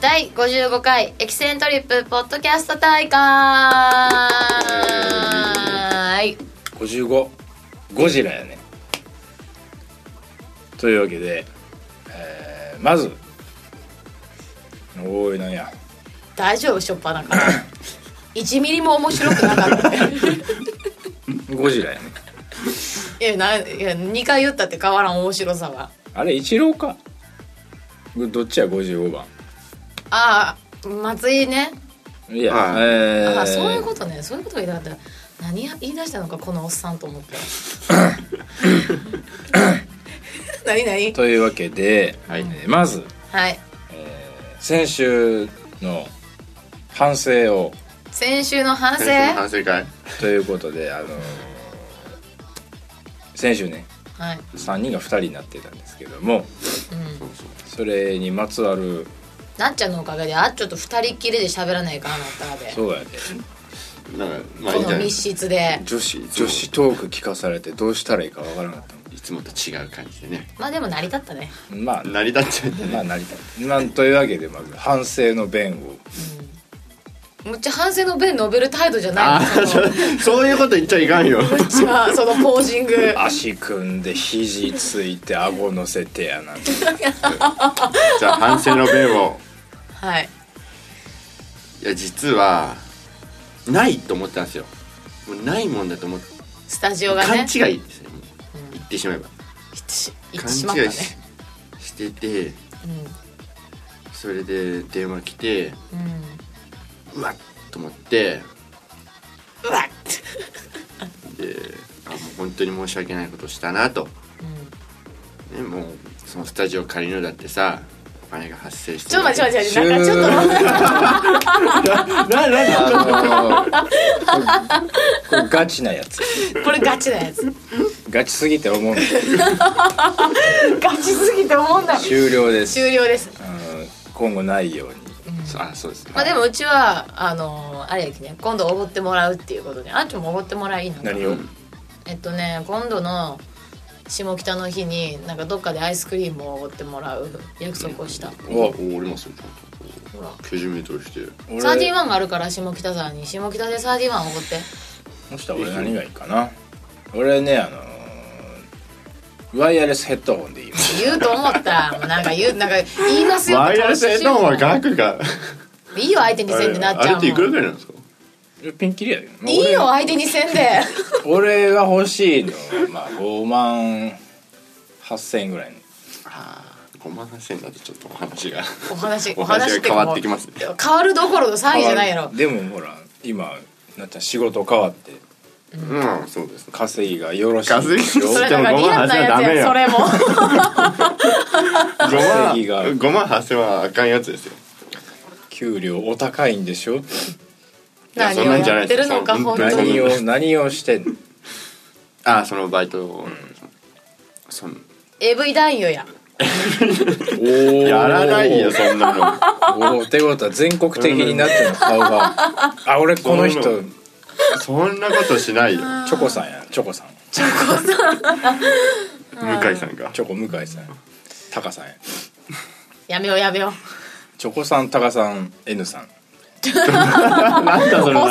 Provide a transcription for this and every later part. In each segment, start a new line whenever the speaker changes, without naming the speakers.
第55回エキセントリップポッドキャスト大会はい
55ゴジラやねというわけで、えーまずおーいなんや
大丈夫しょっぱなから 1ミリも面白くなかった ね
ゴジラやね
いやないや2回言ったって変わらん面白さは
あれ一郎かどっちや55番
ああ松井ね
いや、
はい
えー
あそういうことねそういうこと言いたかった何言い出したのかこのおっさんと思って 何何
というわけで、
はい
えーまず
はい
先週の反省を
先週の反省
先生の反省会
ということ で、あのー先週ね
はい、
3人が2人になってたんですけども
うん、
それにまつわる
なっちゃんのおかげであっちょっと二人っきりで喋らないかなったで
そうやね
なんかまあいい
こ
んじ
の
ゃないい
密室で
女子女子トーク聞かされてどうしたらいいかわからなかった
つもと違う感じでね
まあでも成り立ったね、
のまあ
成り立っちゃうんだ ね
まあなりたいなんというわけでまず反省の弁を
うん、むっちゃ反省の弁述べる態度じゃ
あ
ない
あ
のそ
そ
の
そういうこと言っちゃいかん よ
むっちゃそのポージング
足組んで肘ついて顎乗せてやなんて
じゃあ反省の弁を
はい
いや実はないと思ってたんですよもうないもんだと思って
スタジオが
勘違
ね
いですねもう言ってしまえば
一致し一致
勘
しまった
違
ね
いししてて
う
それで電話来て
ん、うん、
うわっと思って
うわっ、
であもう本当に申し訳ないことしたなと、
うん、
ね、もうそのスタジオ借りるのだってさお金が発生して
ちょっと待って
て
待って待ってなんかちょっと待って
ななな
あのーこれこれガチなやつ
これガチなやつ
ガチすぎて思うんだけど
ガチすぎて思うんだ
終了です
終了です
あの今後ないように
あそうですね
まあでもうちはあのーあれやきね今度おごってもらうっていうことであっちもおごってもらいいの
何を
えっとね今度の下北の日になんかどっかでアイスクリームをおごってもらう約束をした
おお俺もそうちゃんと
ほら
90メートルして
俺
サーティワンがあるから下北沢に下北でサーティワンおごって
そしたら俺何がいいかな俺ねあのーワイヤレスヘッドホンでいいよ
言うと思 ったもうなんか言うなんか言いますよ
ワイヤレスヘッドホンは額が
いいよ相手にせんってなっち
あれ
ゃ
っ
う
てい
も
くら
ん
ぐらいなんですか
ピンキリやでまあ
いいよ相手にせん で
俺俺が欲しいのはまあ5万8000円ぐらいの
ああ5万8000円だとちょっとお話が
お話
お話が変わってきますね
変わるどころの騒ぎじゃないやろ
でもほら今なっちゃん仕事変わって
うんそうですね
稼ぎがよろしい
稼ぎ
それ
で
だ
も
からリ
ごま
ア
ん
ルなや
は
つ
ダメ
や
よ
それも
5万
稼ぎが
5万8000円はあかんやつですよ
給料お高いんでしょ
いや
何
そん
を
なんじゃな
やっ
いで
て
す
るのか
そ
本
んな
当
ん
に
何を何をしてんの
ああそのバイトをその
AV 男優や
やらないよそんなの
おおってことは全国的になっての顔があ俺この人チ
うん そんなことしないよ
ョコさんやチョコさん
向井さんが
チョコ向井さんタカさんや
やめようやめよう
チョコさんタカさん N さん
なんだそれな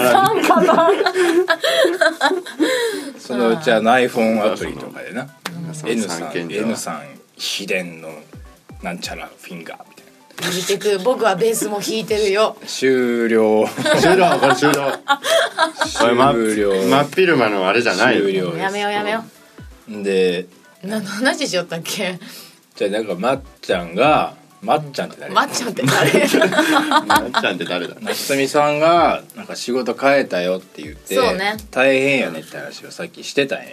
そのうちは iPhone アプリとかでな
その
N さ
三
ん
軒茶屋
N さん秘伝のなんちゃらフィンガーみたいな
弾いてく僕はベースも弾いてるよ
終了
終了これ終了これま
終了
真っ昼間のあれじゃない
終
よ
了
やめようやめよ
で
う何の話しよったっけ
じゃあなんかまっちゃんがまっちゃんって誰
まっちゃん って誰そ
なっちゃんって誰だ
夏美さんがなんか仕事変えたよって言って
そうね
大変やねって話をさっきしてたんや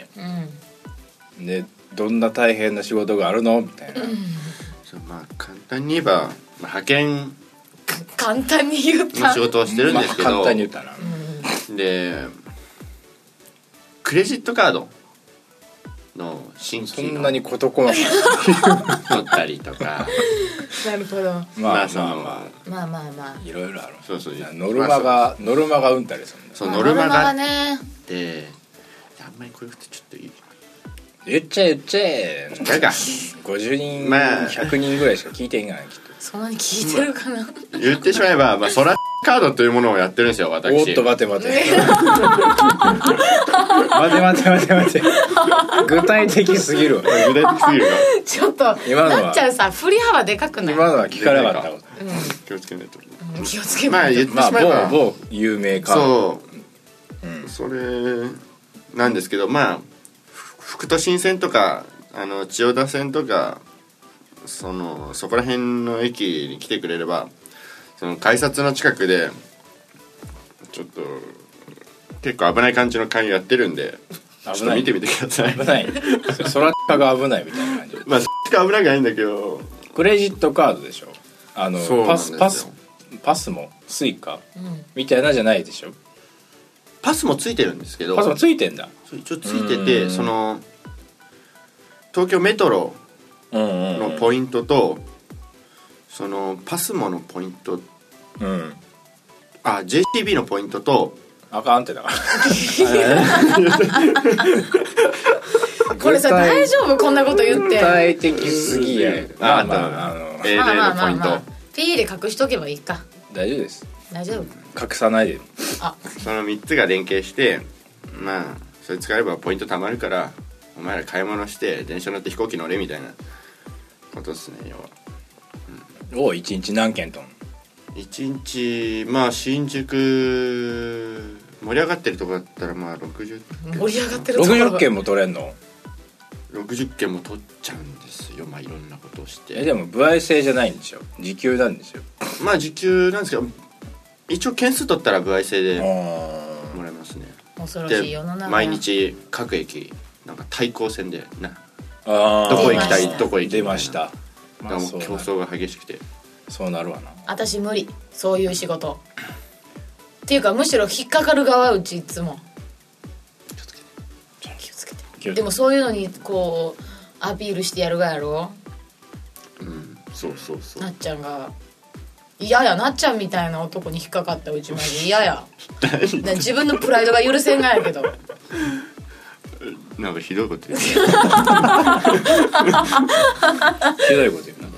うん
でどんな大変な仕事があるのみたいな、
そうまあ簡単に言えば、まあ、派遣
簡単に言った
の仕事をしてるん
ま
で
あ
すけど、
簡単に言ったな、
でクレジットカードの新
そ
規
ん
の
なに事細かに
取ったりと か
なるほど
まあ
その
ま
まあまあ
あま
まあ
あいろいろある
そうそう
なノルマ
まあ
がノルマがうんたりするんだ
そうそうノルマがあっ
ね
てあんまりこういうことちょっといい
言っちゃえ言っちゃえ
だから
50人、
まあ
100人ぐらいしか聞いてへんがなきっと
そんなに聞いてるかな、
言ってしまえ ば、まあ、ソラカードというものをやってるんですよ私
おっと待て待て 待て待て待て待て具体的すぎるわ
具体的すぎるか
ちょっと
今のは
なっちゃんさ振り幅でかくない、
今のは聞かなかったこ
ら気をつけないと
うん気をつけ
ま
な
あ
いと
言って
とま
しまえば、
あ某某有名か
そう、それなんですけどまあふ副都心線とかあの千代田線とかそのそこら辺の駅に来てくれればその改札の近くでちょっと結構危ない感じの会をやってるんでちょ
危
っと
ない
見てみてください
危ない空高が危ないみたいな感じ
まあそっちが危なくないんだけど
クレジットカードでしょあの
そうな
パ
んです
ス
よ
パスパスもスイカ
うん
みたいなじゃないでしょ
パスもついてるんですけど
パスもついてんだ
そう一応ついうて
ー
て
ん
その東京メトロ
うんうん
のポイントと、そのパスモのポイント
うん
あ JCB のポイントと
あかんってだから
これさ
具体
大丈夫こんなこと言っ
具
て
体的すぎや
うん
まあ
あ
まああ
あ
の
ANA
まあまあまあ
のポイ
ま
ン
あ P で隠しとけばいいか
大丈夫です
大丈夫
隠さないで
あ
その3つが連携してまあそれ使えばポイント貯まるからお前ら買い物して電車乗って飛行機乗れみたいなことですね要は
を一日何件とん
1日まあ新宿盛り上がってるとこだったらまあ60
盛り上がってるところ
60件も取れんの
60件も取っちゃうんですよまあいろんなことをして
えでも歩合制じゃないんでしょ時給なんでしょ
まあ時給なんですけど一応件数取ったら歩合制で
あ
もらえますね
恐ろしい
で
世の中
毎日各駅なんか対抗戦でな
あ
どこ
行きたい
どこ行きたい
出ました
だからもう競
そう
争が激しくて
なそうなるわな
私無理そういう仕事っていうかむしろ引っかかる側うちいつも気をつけて
気をつけて
でもそういうのにこうアピールしてやるがやろ
うんそうそうそう
なっちゃんが嫌やなっちゃんみたいな男に引っかかったうちまで嫌 やな自分のプライドが許せんがやけど
なんかひどいこと言う
ひどいこと言うな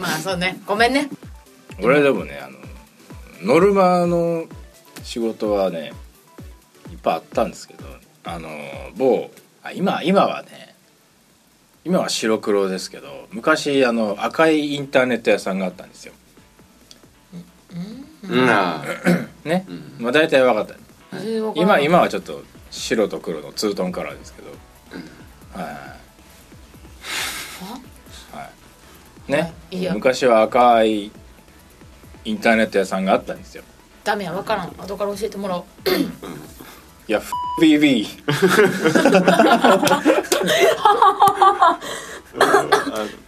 まあそうねごめんね
俺でもねあのノルマの仕事はねいっぱいあったんですけどあの某あ今今はね今は白黒ですけど昔あの赤いインターネット屋さんがあったんですよ
うんあ
ね、
う
まあ大体分かった今
今
今はちょっと白と黒のツートンカラーですけど、はい、はい、ね
いいよ
昔は赤いインターネット屋さんがあったんですよ
ダメや分からん後から教えてもらおう
いや BB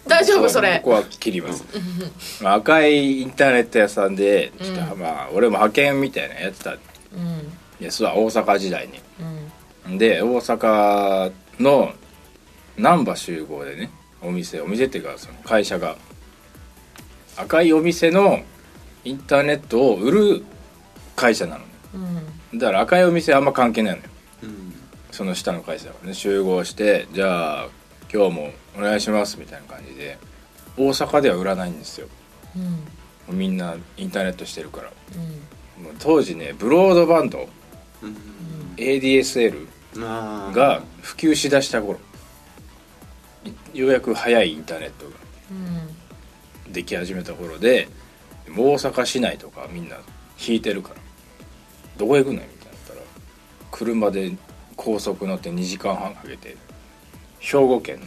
大丈夫それ
ここは切ります、まあ、赤いインターネット屋さんで、ちょっとまあ俺も派遣みたいなのやってたん
うん
ですわ大阪時代
うん
にで大阪の難波集合でねお店お店っていうかその会社が赤いお店のインターネットを売る会社なのね
うん
だから赤いお店あんま関係ないのよ
うん
その下の会社がね集合してじゃあ今日もお願いしますみたいな感じで大阪では売らないんですよ
うん
みんなインターネットしてるから
うん
もう当時ねブロードバンド
うん
ADSL
あー
が普及しだした頃いようやく早いインターネットが
うん
でき始めた頃でもう大阪市内とかみんな引いてるからどこ行くのよみたいになったら車で高速乗って2時間半かけて兵庫県の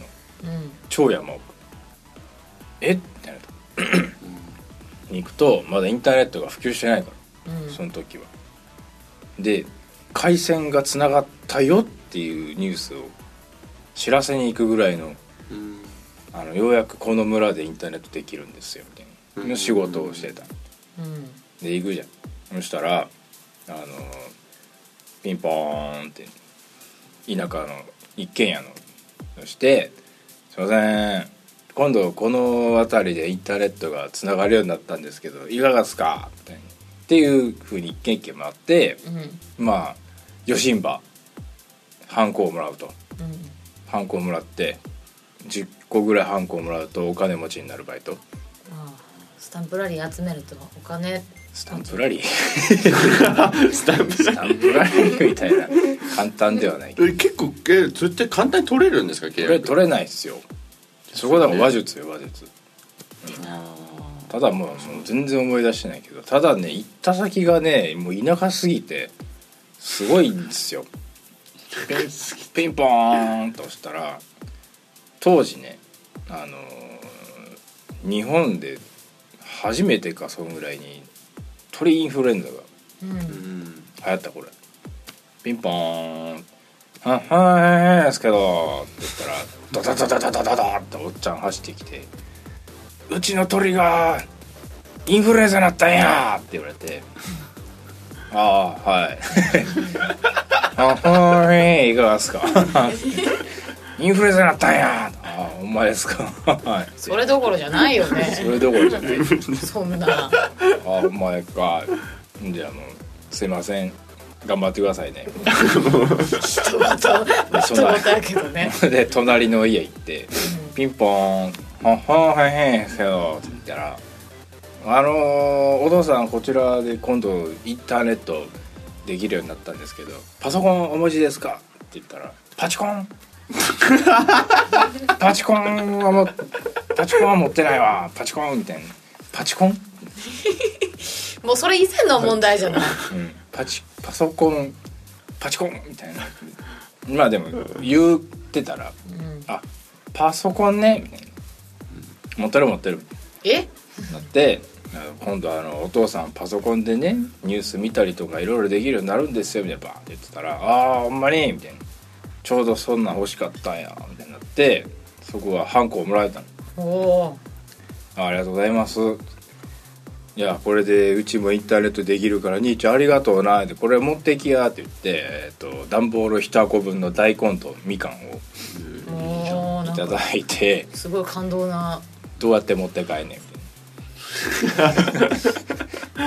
うん
超山奥えってなったに行くとまだインターネットが普及してないから
うん
その時は。で回線がつながったよっていうニュースを知らせに行くぐらいの
うん
あのようやくこの村でインターネットできるんですよみたいなの仕事をしてた
うん
で行くじゃんそしたらあのピンポーンって田舎の一軒家のそして「すいません今度この辺りでインターネットがつながるようになったんですけどいかがですか?」みたいなっていうふうに一軒一軒回って
うん
まあ余震場ハンコをもらうと
うん
ハンコをもらって10個ぐらいハンコをもらうとお金持ちになるバイト
あスタンプラリー集めるとお金
スタンプ ラリー
スタンプ
スタンプラリーみたいな簡単ではないけど
え結構えそれって簡単に取れるんですか契
取れ
約
取れないですよそこだから話術よ話術ただもうその全然思い出してないけどただね行った先がねもう田舎すぎてすごいんですよピンピンポーンと押したら当時ねあのー日本で初めてかそんぐらいに鳥インフルエンザが
うん
うん
流行ったこれピンポーン「ははいですけど」って言ったらダダダダダダダダっておっちゃん走ってきて「うちの鳥がインフルエンザになったんや!」って言われて「ああはい」 「あはいいかがですか?」 「インフルエンザになったんや!」「あお前ですか?」 はい
それどころじゃないよ
そ
ね
れどころじゃない
そんな
「あお前か」じゃあもうすいません頑張ってくださいね
人ごと人ごとだけどね
で隣の家行ってピンポーン「ほんほんはいへんですよ」って言ったら「あのーお父さんこちらで今度インターネットできるようになったんですけどパソコンお持ちですか?」って言ったら「パチコン! 」パチコンはもパチコンは持ってないわパチコンみたいな「パチコン?」
もうそれ以前の問題じゃない
うん、パチパソコンパチコンみたいなまあでも言ってたら
うん
あパソコンねみたいな持ってる持ってる
え
なってあの今度あのお父さんパソコンでねニュース見たりとかいろいろできるようになるんですよみたいなバーンって言ってたら「ああほんまに」みたいな「ちょうどそんなん欲しかったんや」みたいになってそこはハンコをもらえたの
おお
あありがとうございます。いやこれでうちもインターネットできるから兄ちゃんありがとうなってこれ持ってきやって言って、えー、と段ボール一箱分の大根とみかんを
ーおー
い
な
た
んか
だいて
すごい感動な
どうやって持って帰んねんみたい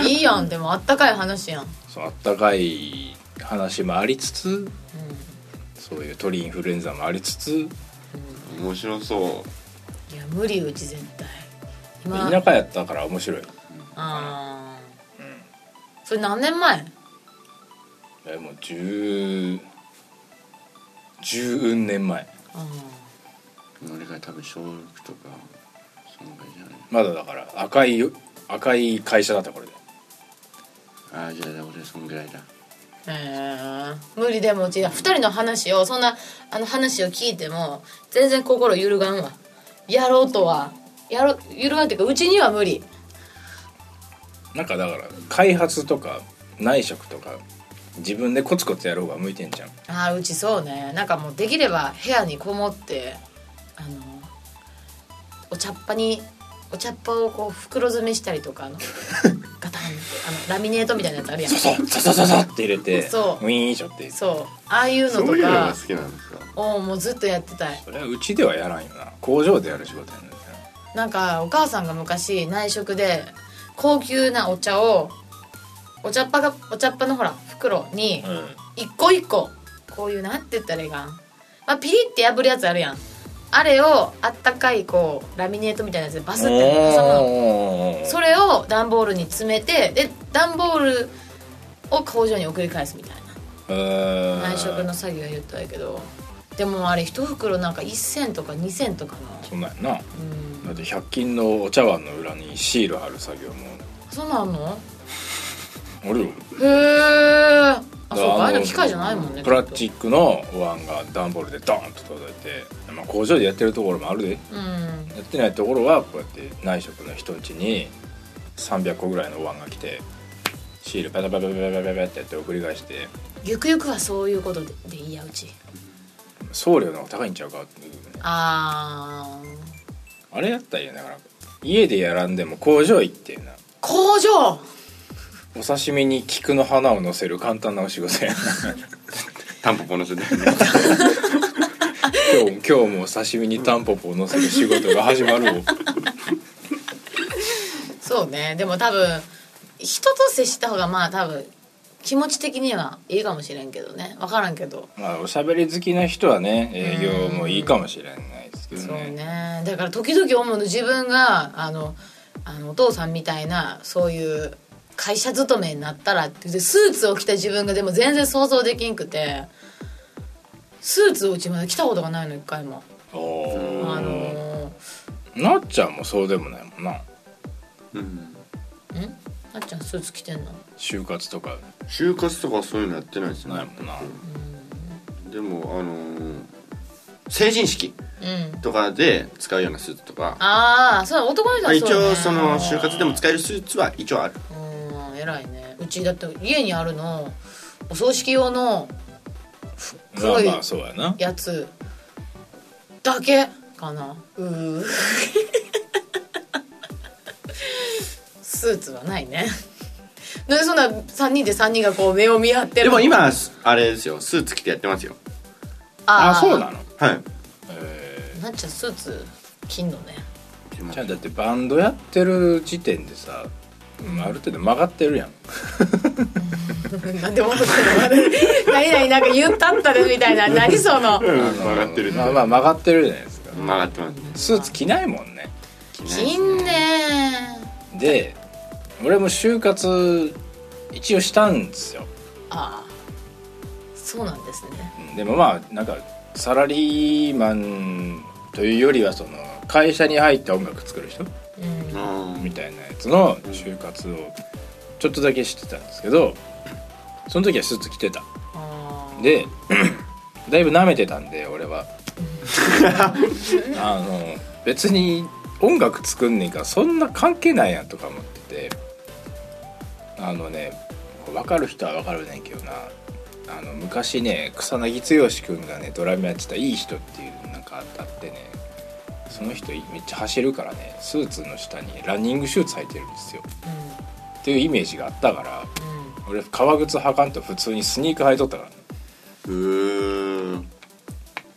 いいやんでもあったかい話やん、うん、
なそうあったかい話もありつつそういう鳥インフルエンザもありつつ
面白そ
いや無理うち絶対今
田舎やったから面白い
あーそれ何年前
えもう10十年前
あ
う俺が多分小6とかそのぐらいじゃない
まだだから赤いよ赤い会社だったこれで
ああじゃあ俺そんぐらいだ
ーえー無理でもうち2人の話をそんなあの話を聞いても全然心揺るがんわやろうとはやろ揺るがんっていうかうちには無理
なんかだから開発とか内職とか自分でコツコツやる方が向いてんじゃん
ああうちそうねなんかもうできれば部屋にこもってあのお茶っ葉にお茶っ葉をこう袋詰めしたりとかあ のガタンってあのラミネートみたいなやつあるやん
そうそうそうそうそうって入れて
そう
ウィーンショって
そうああいうの
そう
と
いうのが
か
好きなんですか
をもうずっとやってたい
それはうちではやらんよな工場でやる仕事やるんだよ
なんかお母さんが昔内職で高級なお茶をお茶っ葉がお茶っ葉のほら袋に
な
一個一個こういうなんて言ったらいいかな、まあ、ピリって破るやつあるやんあれをあったかいこうラミネートみたいなやつでバスって挟むの
お
それを段ボールに詰めてで段ボールを工場に送り返すみたい
れ
な内職の作業言ったんやけどでもあれ一袋なんか1,000とか2,000とか
そんなんやな
のうん
だって100均のお茶碗の裏にシール貼る作業も
そうなんの
あるよ
へえあ
だ
そう
から
かあ
あ
れ
の
機械じゃないもんね
プラスチックのお椀が段ボールでドーンと届いて、まあ、工場でやってるところもあるで
うん
やってないところはこうやって内職の人んちに300個ぐらいのお椀が来てシールパタパタパタパタパタってやって送り返して
ゆくゆくはそういうことででいいやうち
送料の方が高いんちゃうかっていうね
あー
あれやったらいいよねだから家でやらんでも工場行ってな
工場
お刺身に菊の花を乗せる簡単なお仕事やな
タンポポの世代
今日今日もお刺身にタンポポを乗せる仕事が始ま るを
そうねでも多分人と接した方がまあ多分気持ち的にはいいかもしれんけどね分からんけど
まあおしゃべり好きな人はね営業もいいかもしれないですけ
そ
ど
う
ね
ねだから時々思うの自分があのあのお父さんみたいなそういう会社勤めになったらってでスーツを着た自分がでも全然想像できんくてスーツをうちまで着たことがないの一回も、
お
あ
お
の
なっちゃんもそうでもないもんな
うん
ーんなっちゃんスーツ着てんの
就活とか
就活とかそういうのやってないですね
ないもんな
でもあのー成人式
うん
とかで使うようなスーツとか
ああそう男の人
まあ
は
一
そう、ね、
応その就活でも使えるスーツは一応ある
うん偉いねうちだって家にあるのお葬式用の
ま
黒
あ
い
まあそうやな
やつだけかなうー スーツはないねなんでそんな3人で3人がこう目を見合って
で
る
も今あれですよスーツ着てやってますよ
あ
あー
そうなの
はい
え
なっちゃんスーツ着んのね
ーじゃあだってバンドやってる時点でさある程度曲がってるやん
なんで 笑ってるの何々なんか言ったったでみたいな何その
うん曲がってる
まあまあ曲がってるじゃないですか
曲がってますね
スーツ着ないもんね
着んね
で俺も就活一応したんですよ
ああそうなんですね
うんでもまあなんかサラリーマンというよりはその会社に入って音楽作る人
うん
うん
みたいなやつの就活をちょっとだけしてたんですけどその時はスーツ着てた
あー
でだいぶ舐めてたんで俺はあの別に音楽作んねんからそんな関係ないやんとか思っててあのね分かる人は分かるねんけどなあの昔ね草薙剛君がねドラムやってた「いい人」っていうなんかあってねその人いめっちゃ走るからねスーツの下にランニングシューズ履いてるんですよっていうイメージがあったから
うんうん
俺革靴履かんと普通にスニーカー履いとったからね
うーん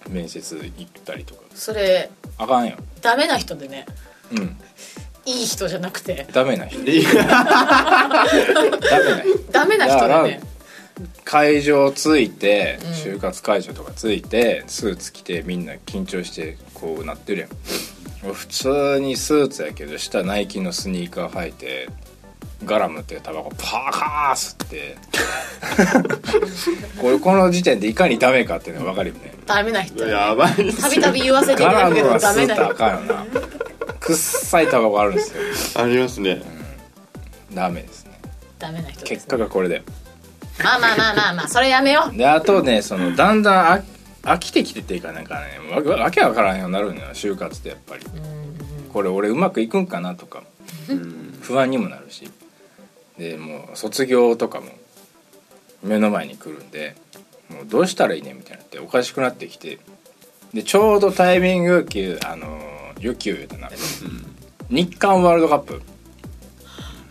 面接行ったりとか
それ
あかんよ
ダメな人でね
うん
いい人じゃなくて
ダメな人
いや
ダメな人
ダメな人でね
会場ついて
うん
就活会場とかついて、スーツ着てみんな緊張してこうなってるやん俺普通にスーツやけど下ナイキのスニーカー履いてガラムっていうタバコパーカー吸って これこの時点でいかにダメかっていうのが分かるよね
ダメな人
やばいです
たびたび言わせていただ
ガラ
く
ム
け
は
どダ
吸
メ
った
な
らあ
人
かん よなくっさいタバコあるんですよ
ありますね
ダメですね
ダメな人で
結
す
果がこれで
まあまあまあまあまあそれやめよう
であとねそのだんだん飽飽きてきてっていうかなんかねわわわけわからんようになるのよ就活ってやっぱりこれ俺うまくいくんかなとか
うん
不安にもなるしでもう卒業とかも目の前に来るんでもうどうしたらいいねみたいになっておかしくなってきてでちょうどタイミング給あの有給言うたな日韓ワールドカップ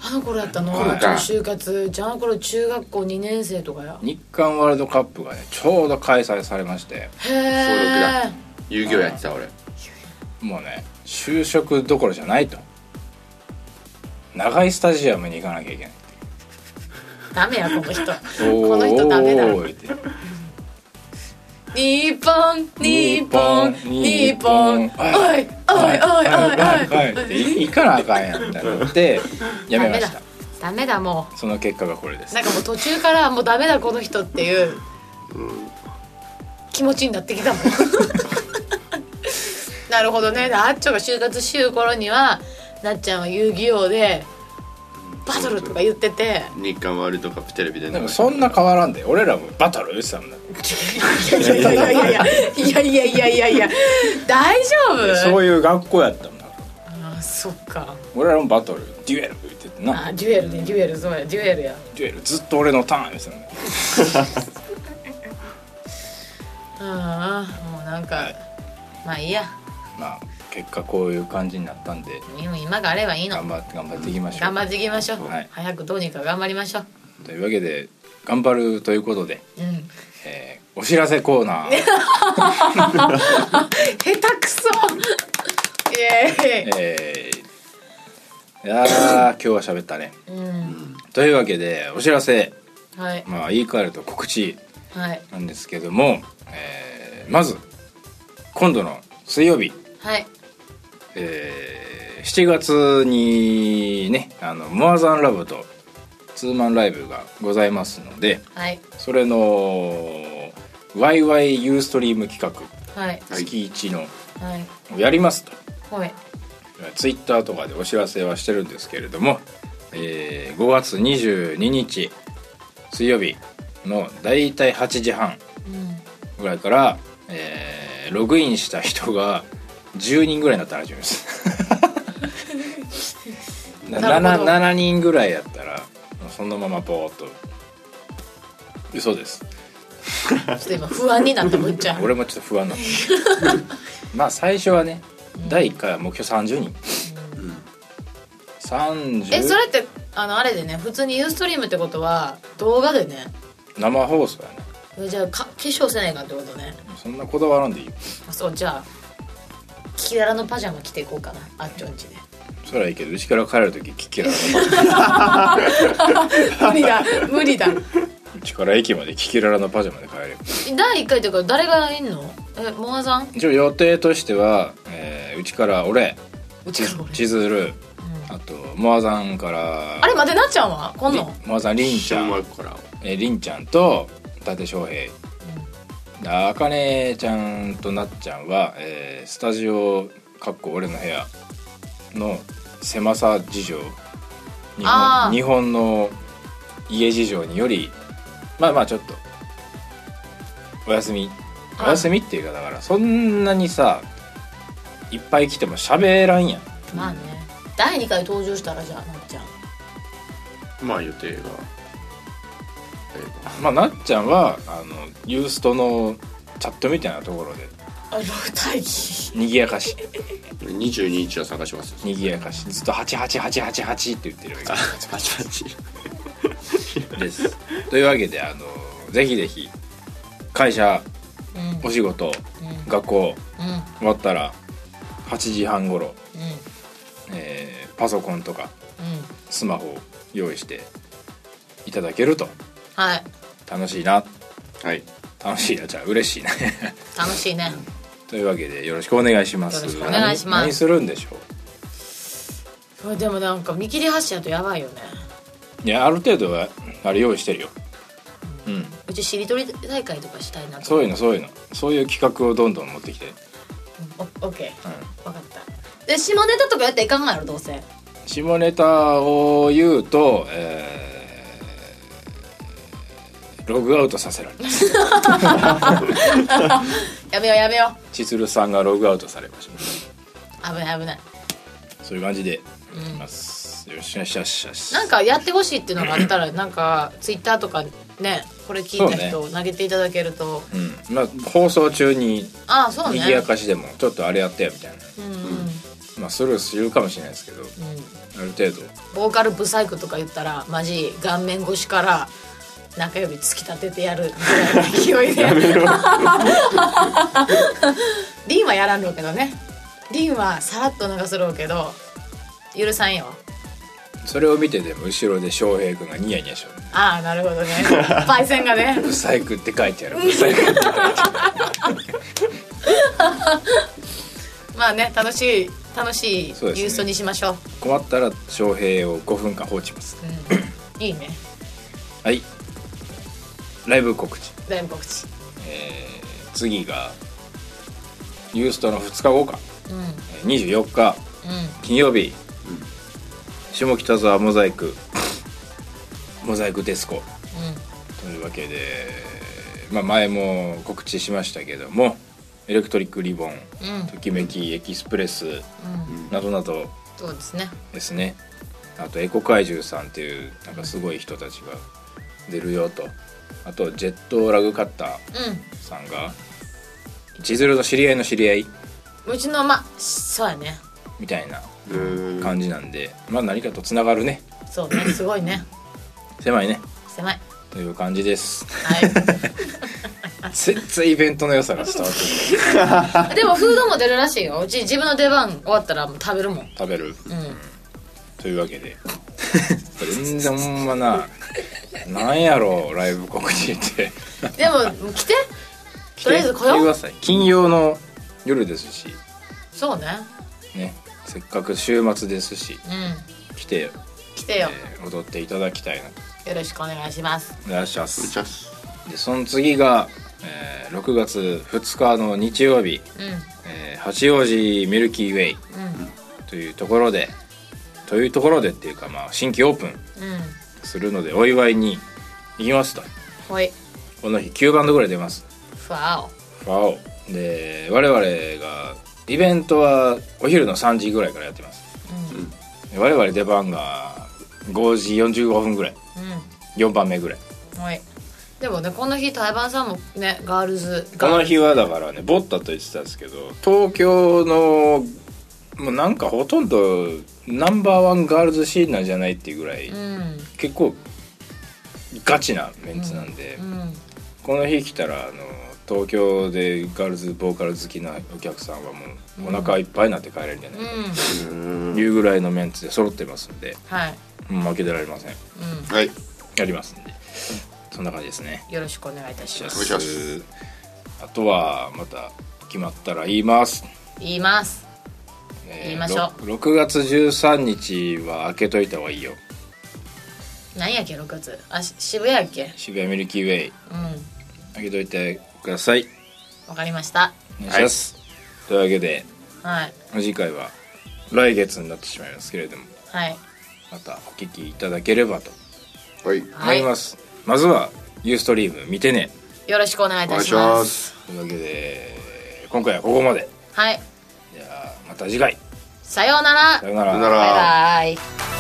あの頃やったの
これか
就活じゃああの頃中学校2年生とかや
日韓ワールドカップがねちょうど開催されまして
へ
小六だ
え
遊戯王やってた俺
もうね就職どころじゃないと長いスタジアムに行かなきゃいけない
ダメやこの人
こ
この人ダメだ日本日本日本おいおいおいおいおい
行かなあかんやんみたいに なってやめまし
ダメ
た
ダメだも
その結果がこれで
う
す
なんかもう途中からもうダメだこの人っていう気持ちになってきたもんなるほどねあっちょが就活しゅう頃にはなっちゃんは遊戯王でバトルとか言ってて
日韓ワールドカップテレビで
で
ね
もそんな変わらんで俺らもバトル言ってたもんだって
いやいやいやいやいやいやいやいや大丈夫
そういう学校やったもんだから
あそっか
俺らもバトルデュエル言っててな
あデュエルねデュエルそうやデュエルや
デュエルずっと俺のターン言ってたもんだから
ああもうなんかまあいいや
まあ結果こういう感じになったんで
今があればいいの
頑張って頑張っていきましょう
頑張っていきましょう、
はい
早くどうにか頑張りましょう
というわけで頑張るということで、
うん
えーお知らせコーナー、
下手くそイエ
えーいやー今日は喋ったね
ーイうん
というわけでお知らせ
はい
まあ、言い換えると告知
はい
なんですけども、えーまず今度の水曜日、
はい
えー7月にね「あのモアザンラブとツーマンライブがございますので
はい
それのワイワイユーストリーム企
はい
画
はい
月1の
はい
をやりますと
はい
ツイッターとかでお知らせはしてるんですけれども、えー5月22日水曜日のだいたい8時半
うん
ぐらいから、えーログインした人が10人ぐらいになったらしいです な
なるほど
7, 7人ぐらいやったらもうそのままぼーっと嘘です
ちょっと今不安になったもんちゃん
俺もちょっと不安なの まあ最初はね第1回は目標30人30
えそれってあのあれでね普通にユーストリームってことは動画でね
生放送やね
えじゃあか化粧せないかってことね
そんなこだわらんでいいよ
あそうじゃあキララのパジャマ着ていこうかなあっちょんち で
それはいいけどうちから帰る時聞けられ なかっ
無理だ無理だ
たうちから駅まで聞けられのパジャマで帰れる
第1回とか誰がいんのえモアさん
一応予定としては、えーうちから俺
うちから俺
千鶴、あとモアさんから
あれ待ってなっちゃんはこんの
モアさんりんち
下
ゃ
の
ん
子から
えーりんちゃんと伊達翔平であかねちゃんとなっちゃんは、えースタジオかっこ俺の部屋の狭さ事情日
あ
本
ー
日本の家事情によりまあまあちょっとお休み
あ
お休みっていうかだからそんなにさいっぱい来ても喋らんやん
まあね第2回登場したらじゃあなっちゃん
まあ予定がえー
まあなっちゃんはあのユーストのチャットみたいなところで
あ待機
賑やかし
22日は探しますよ
賑やかしずっと「88888」って言ってるわけ
パチパチ
です。というわけであのぜひぜひ会社
うんうん
お仕事
うん
学校
うん
終わったら8時半ごろ、
うん
えーパソコンとかスマホを用意していただけると
はい
楽しいな
はい
楽しいなじゃあ嬉しいな
楽しいね
というわけでよろしくお願いします
よろしくお願いします
何何するんでしょ
これでもなんか見切り発車やとやばいよね
ういやある程度はあれ用意してるようん
うちしりとり大会とかしたいなと
そういうのそういうのそういう企画をどんどん持ってきて、うん、
オッケー分かったで下ネタとかやったらいかんがやろどうせ
下ネタを言うと、えーログアウトさせられ ます
やめようやめよう
千鶴さんがログアウトされました
危ない危ない
そういう感じでいきます、よしよしよしよし
なんかやってほしいっていうのがあったらなんかツイッターとかねこれ聞いた人投げていただけると、
うんまあ、放送中に
ああそうね
賑やかしでもちょっとあれやってよみたいな、
うんうん、
まあ、スルーするかもしれないですけど
うん
ある程度
ボーカルブサイクとか言ったらマジ顔面越しから中指突き立ててやるぐ らいの勢いでリンはやらんろうけどねリンはさらっと流すろうけど許さんよ
それを見てでも後ろで翔平君がニヤニヤしよう
ああなるほど ねパイセンがね
ブサイクって書いてあるブサイクって書いてある
まあね楽しい楽しいユ
そうですね
ーストにしましょう
困ったら翔平を5分間放置します
うん、いいね
はいライブ告知
全告知
えー次がユーストの2日後か
うんうん
えー24日金曜日、下北沢モザイクモザイクディスコというわけで、まあ、前も告知しましたけどもエレクトリックリボン、
うんうん
ときめきエキスプレス
うん
などなど
そうですね
ですねあとエコ怪獣さんっていうなんかすごい人たちが出るよとあとジェットラグカッター
う
さんが千鶴の知り合いの知り合い
んうちのまあそうやね
みたいな
うーん
感じなんで、まあ何かとつながるね
そうねすごいね
狭いね
狭い
という感じです
は
全然イベントの良さが伝わってく
い、
る
でもフードも出るらしいようち自分の出番終わったらもう食べるもん
食べる
うん
というわけで全然ほんまななんやろうライブ告知って
でも来て
来
とりあえず来よう
てください金曜の夜ですし
そうね
ねせっかく週末ですし
うん
来て、
来て
え
よ、
ー踊っていただきたいなと
よろしくお願いします
お願いします
チャス
でその次が、えー6月2日の日曜日、
うん
えー八王子ミルキーウェイ
う
というところでというところでっていうか、まあ、新規オープン
んうん
するのでお祝いに行きますと
ほい
この日9バンドぐらい出ます
ふわ
わおで我々がイベントはお昼の3時ぐらいからやってます
おうん
で我々出番が5時45分ぐらい
うん
4番目ぐらい
ほいでもねこの日台湾さんもねガールズ
こ
ガー
の
ル
日はだからねボッタと言ってたんですけど東京のもうなんかほとんどナンバーワンガールズシーンなんじゃないっていうぐらい、
うん
結構ガチなメンツなんで、
うん
この日来たらあの東京でガールズボーカル好きなお客さんはもうお腹いっぱいになって帰れるんじゃないか
うん
というぐらいのメンツで揃ってますんで、
はい
うん負けてられません
うん
はい
やりますんでそんな感じですね
よろしくお願いいたします
願いします
あとはまた決まったら言います、
言います
え
言いましょ
う6月13日は開けといた方がいいよ
何やっけ6月あし渋谷やっけ
渋谷ミルキーウェイ
うん
開けといてください
わかりました
お願いします、というわけで
はい
次回は来月になってしまいますけれども
はい
またお聞きいただければと
はい
思
はいい
ます、まずはユーストリーム見てね
よろしくお願いい
お
た
願い
し
し
ま
ますす
というわけで今回はここまで
はい
じゃあまた次回
さようなら
さ
バイ
ような
さようなら
バイ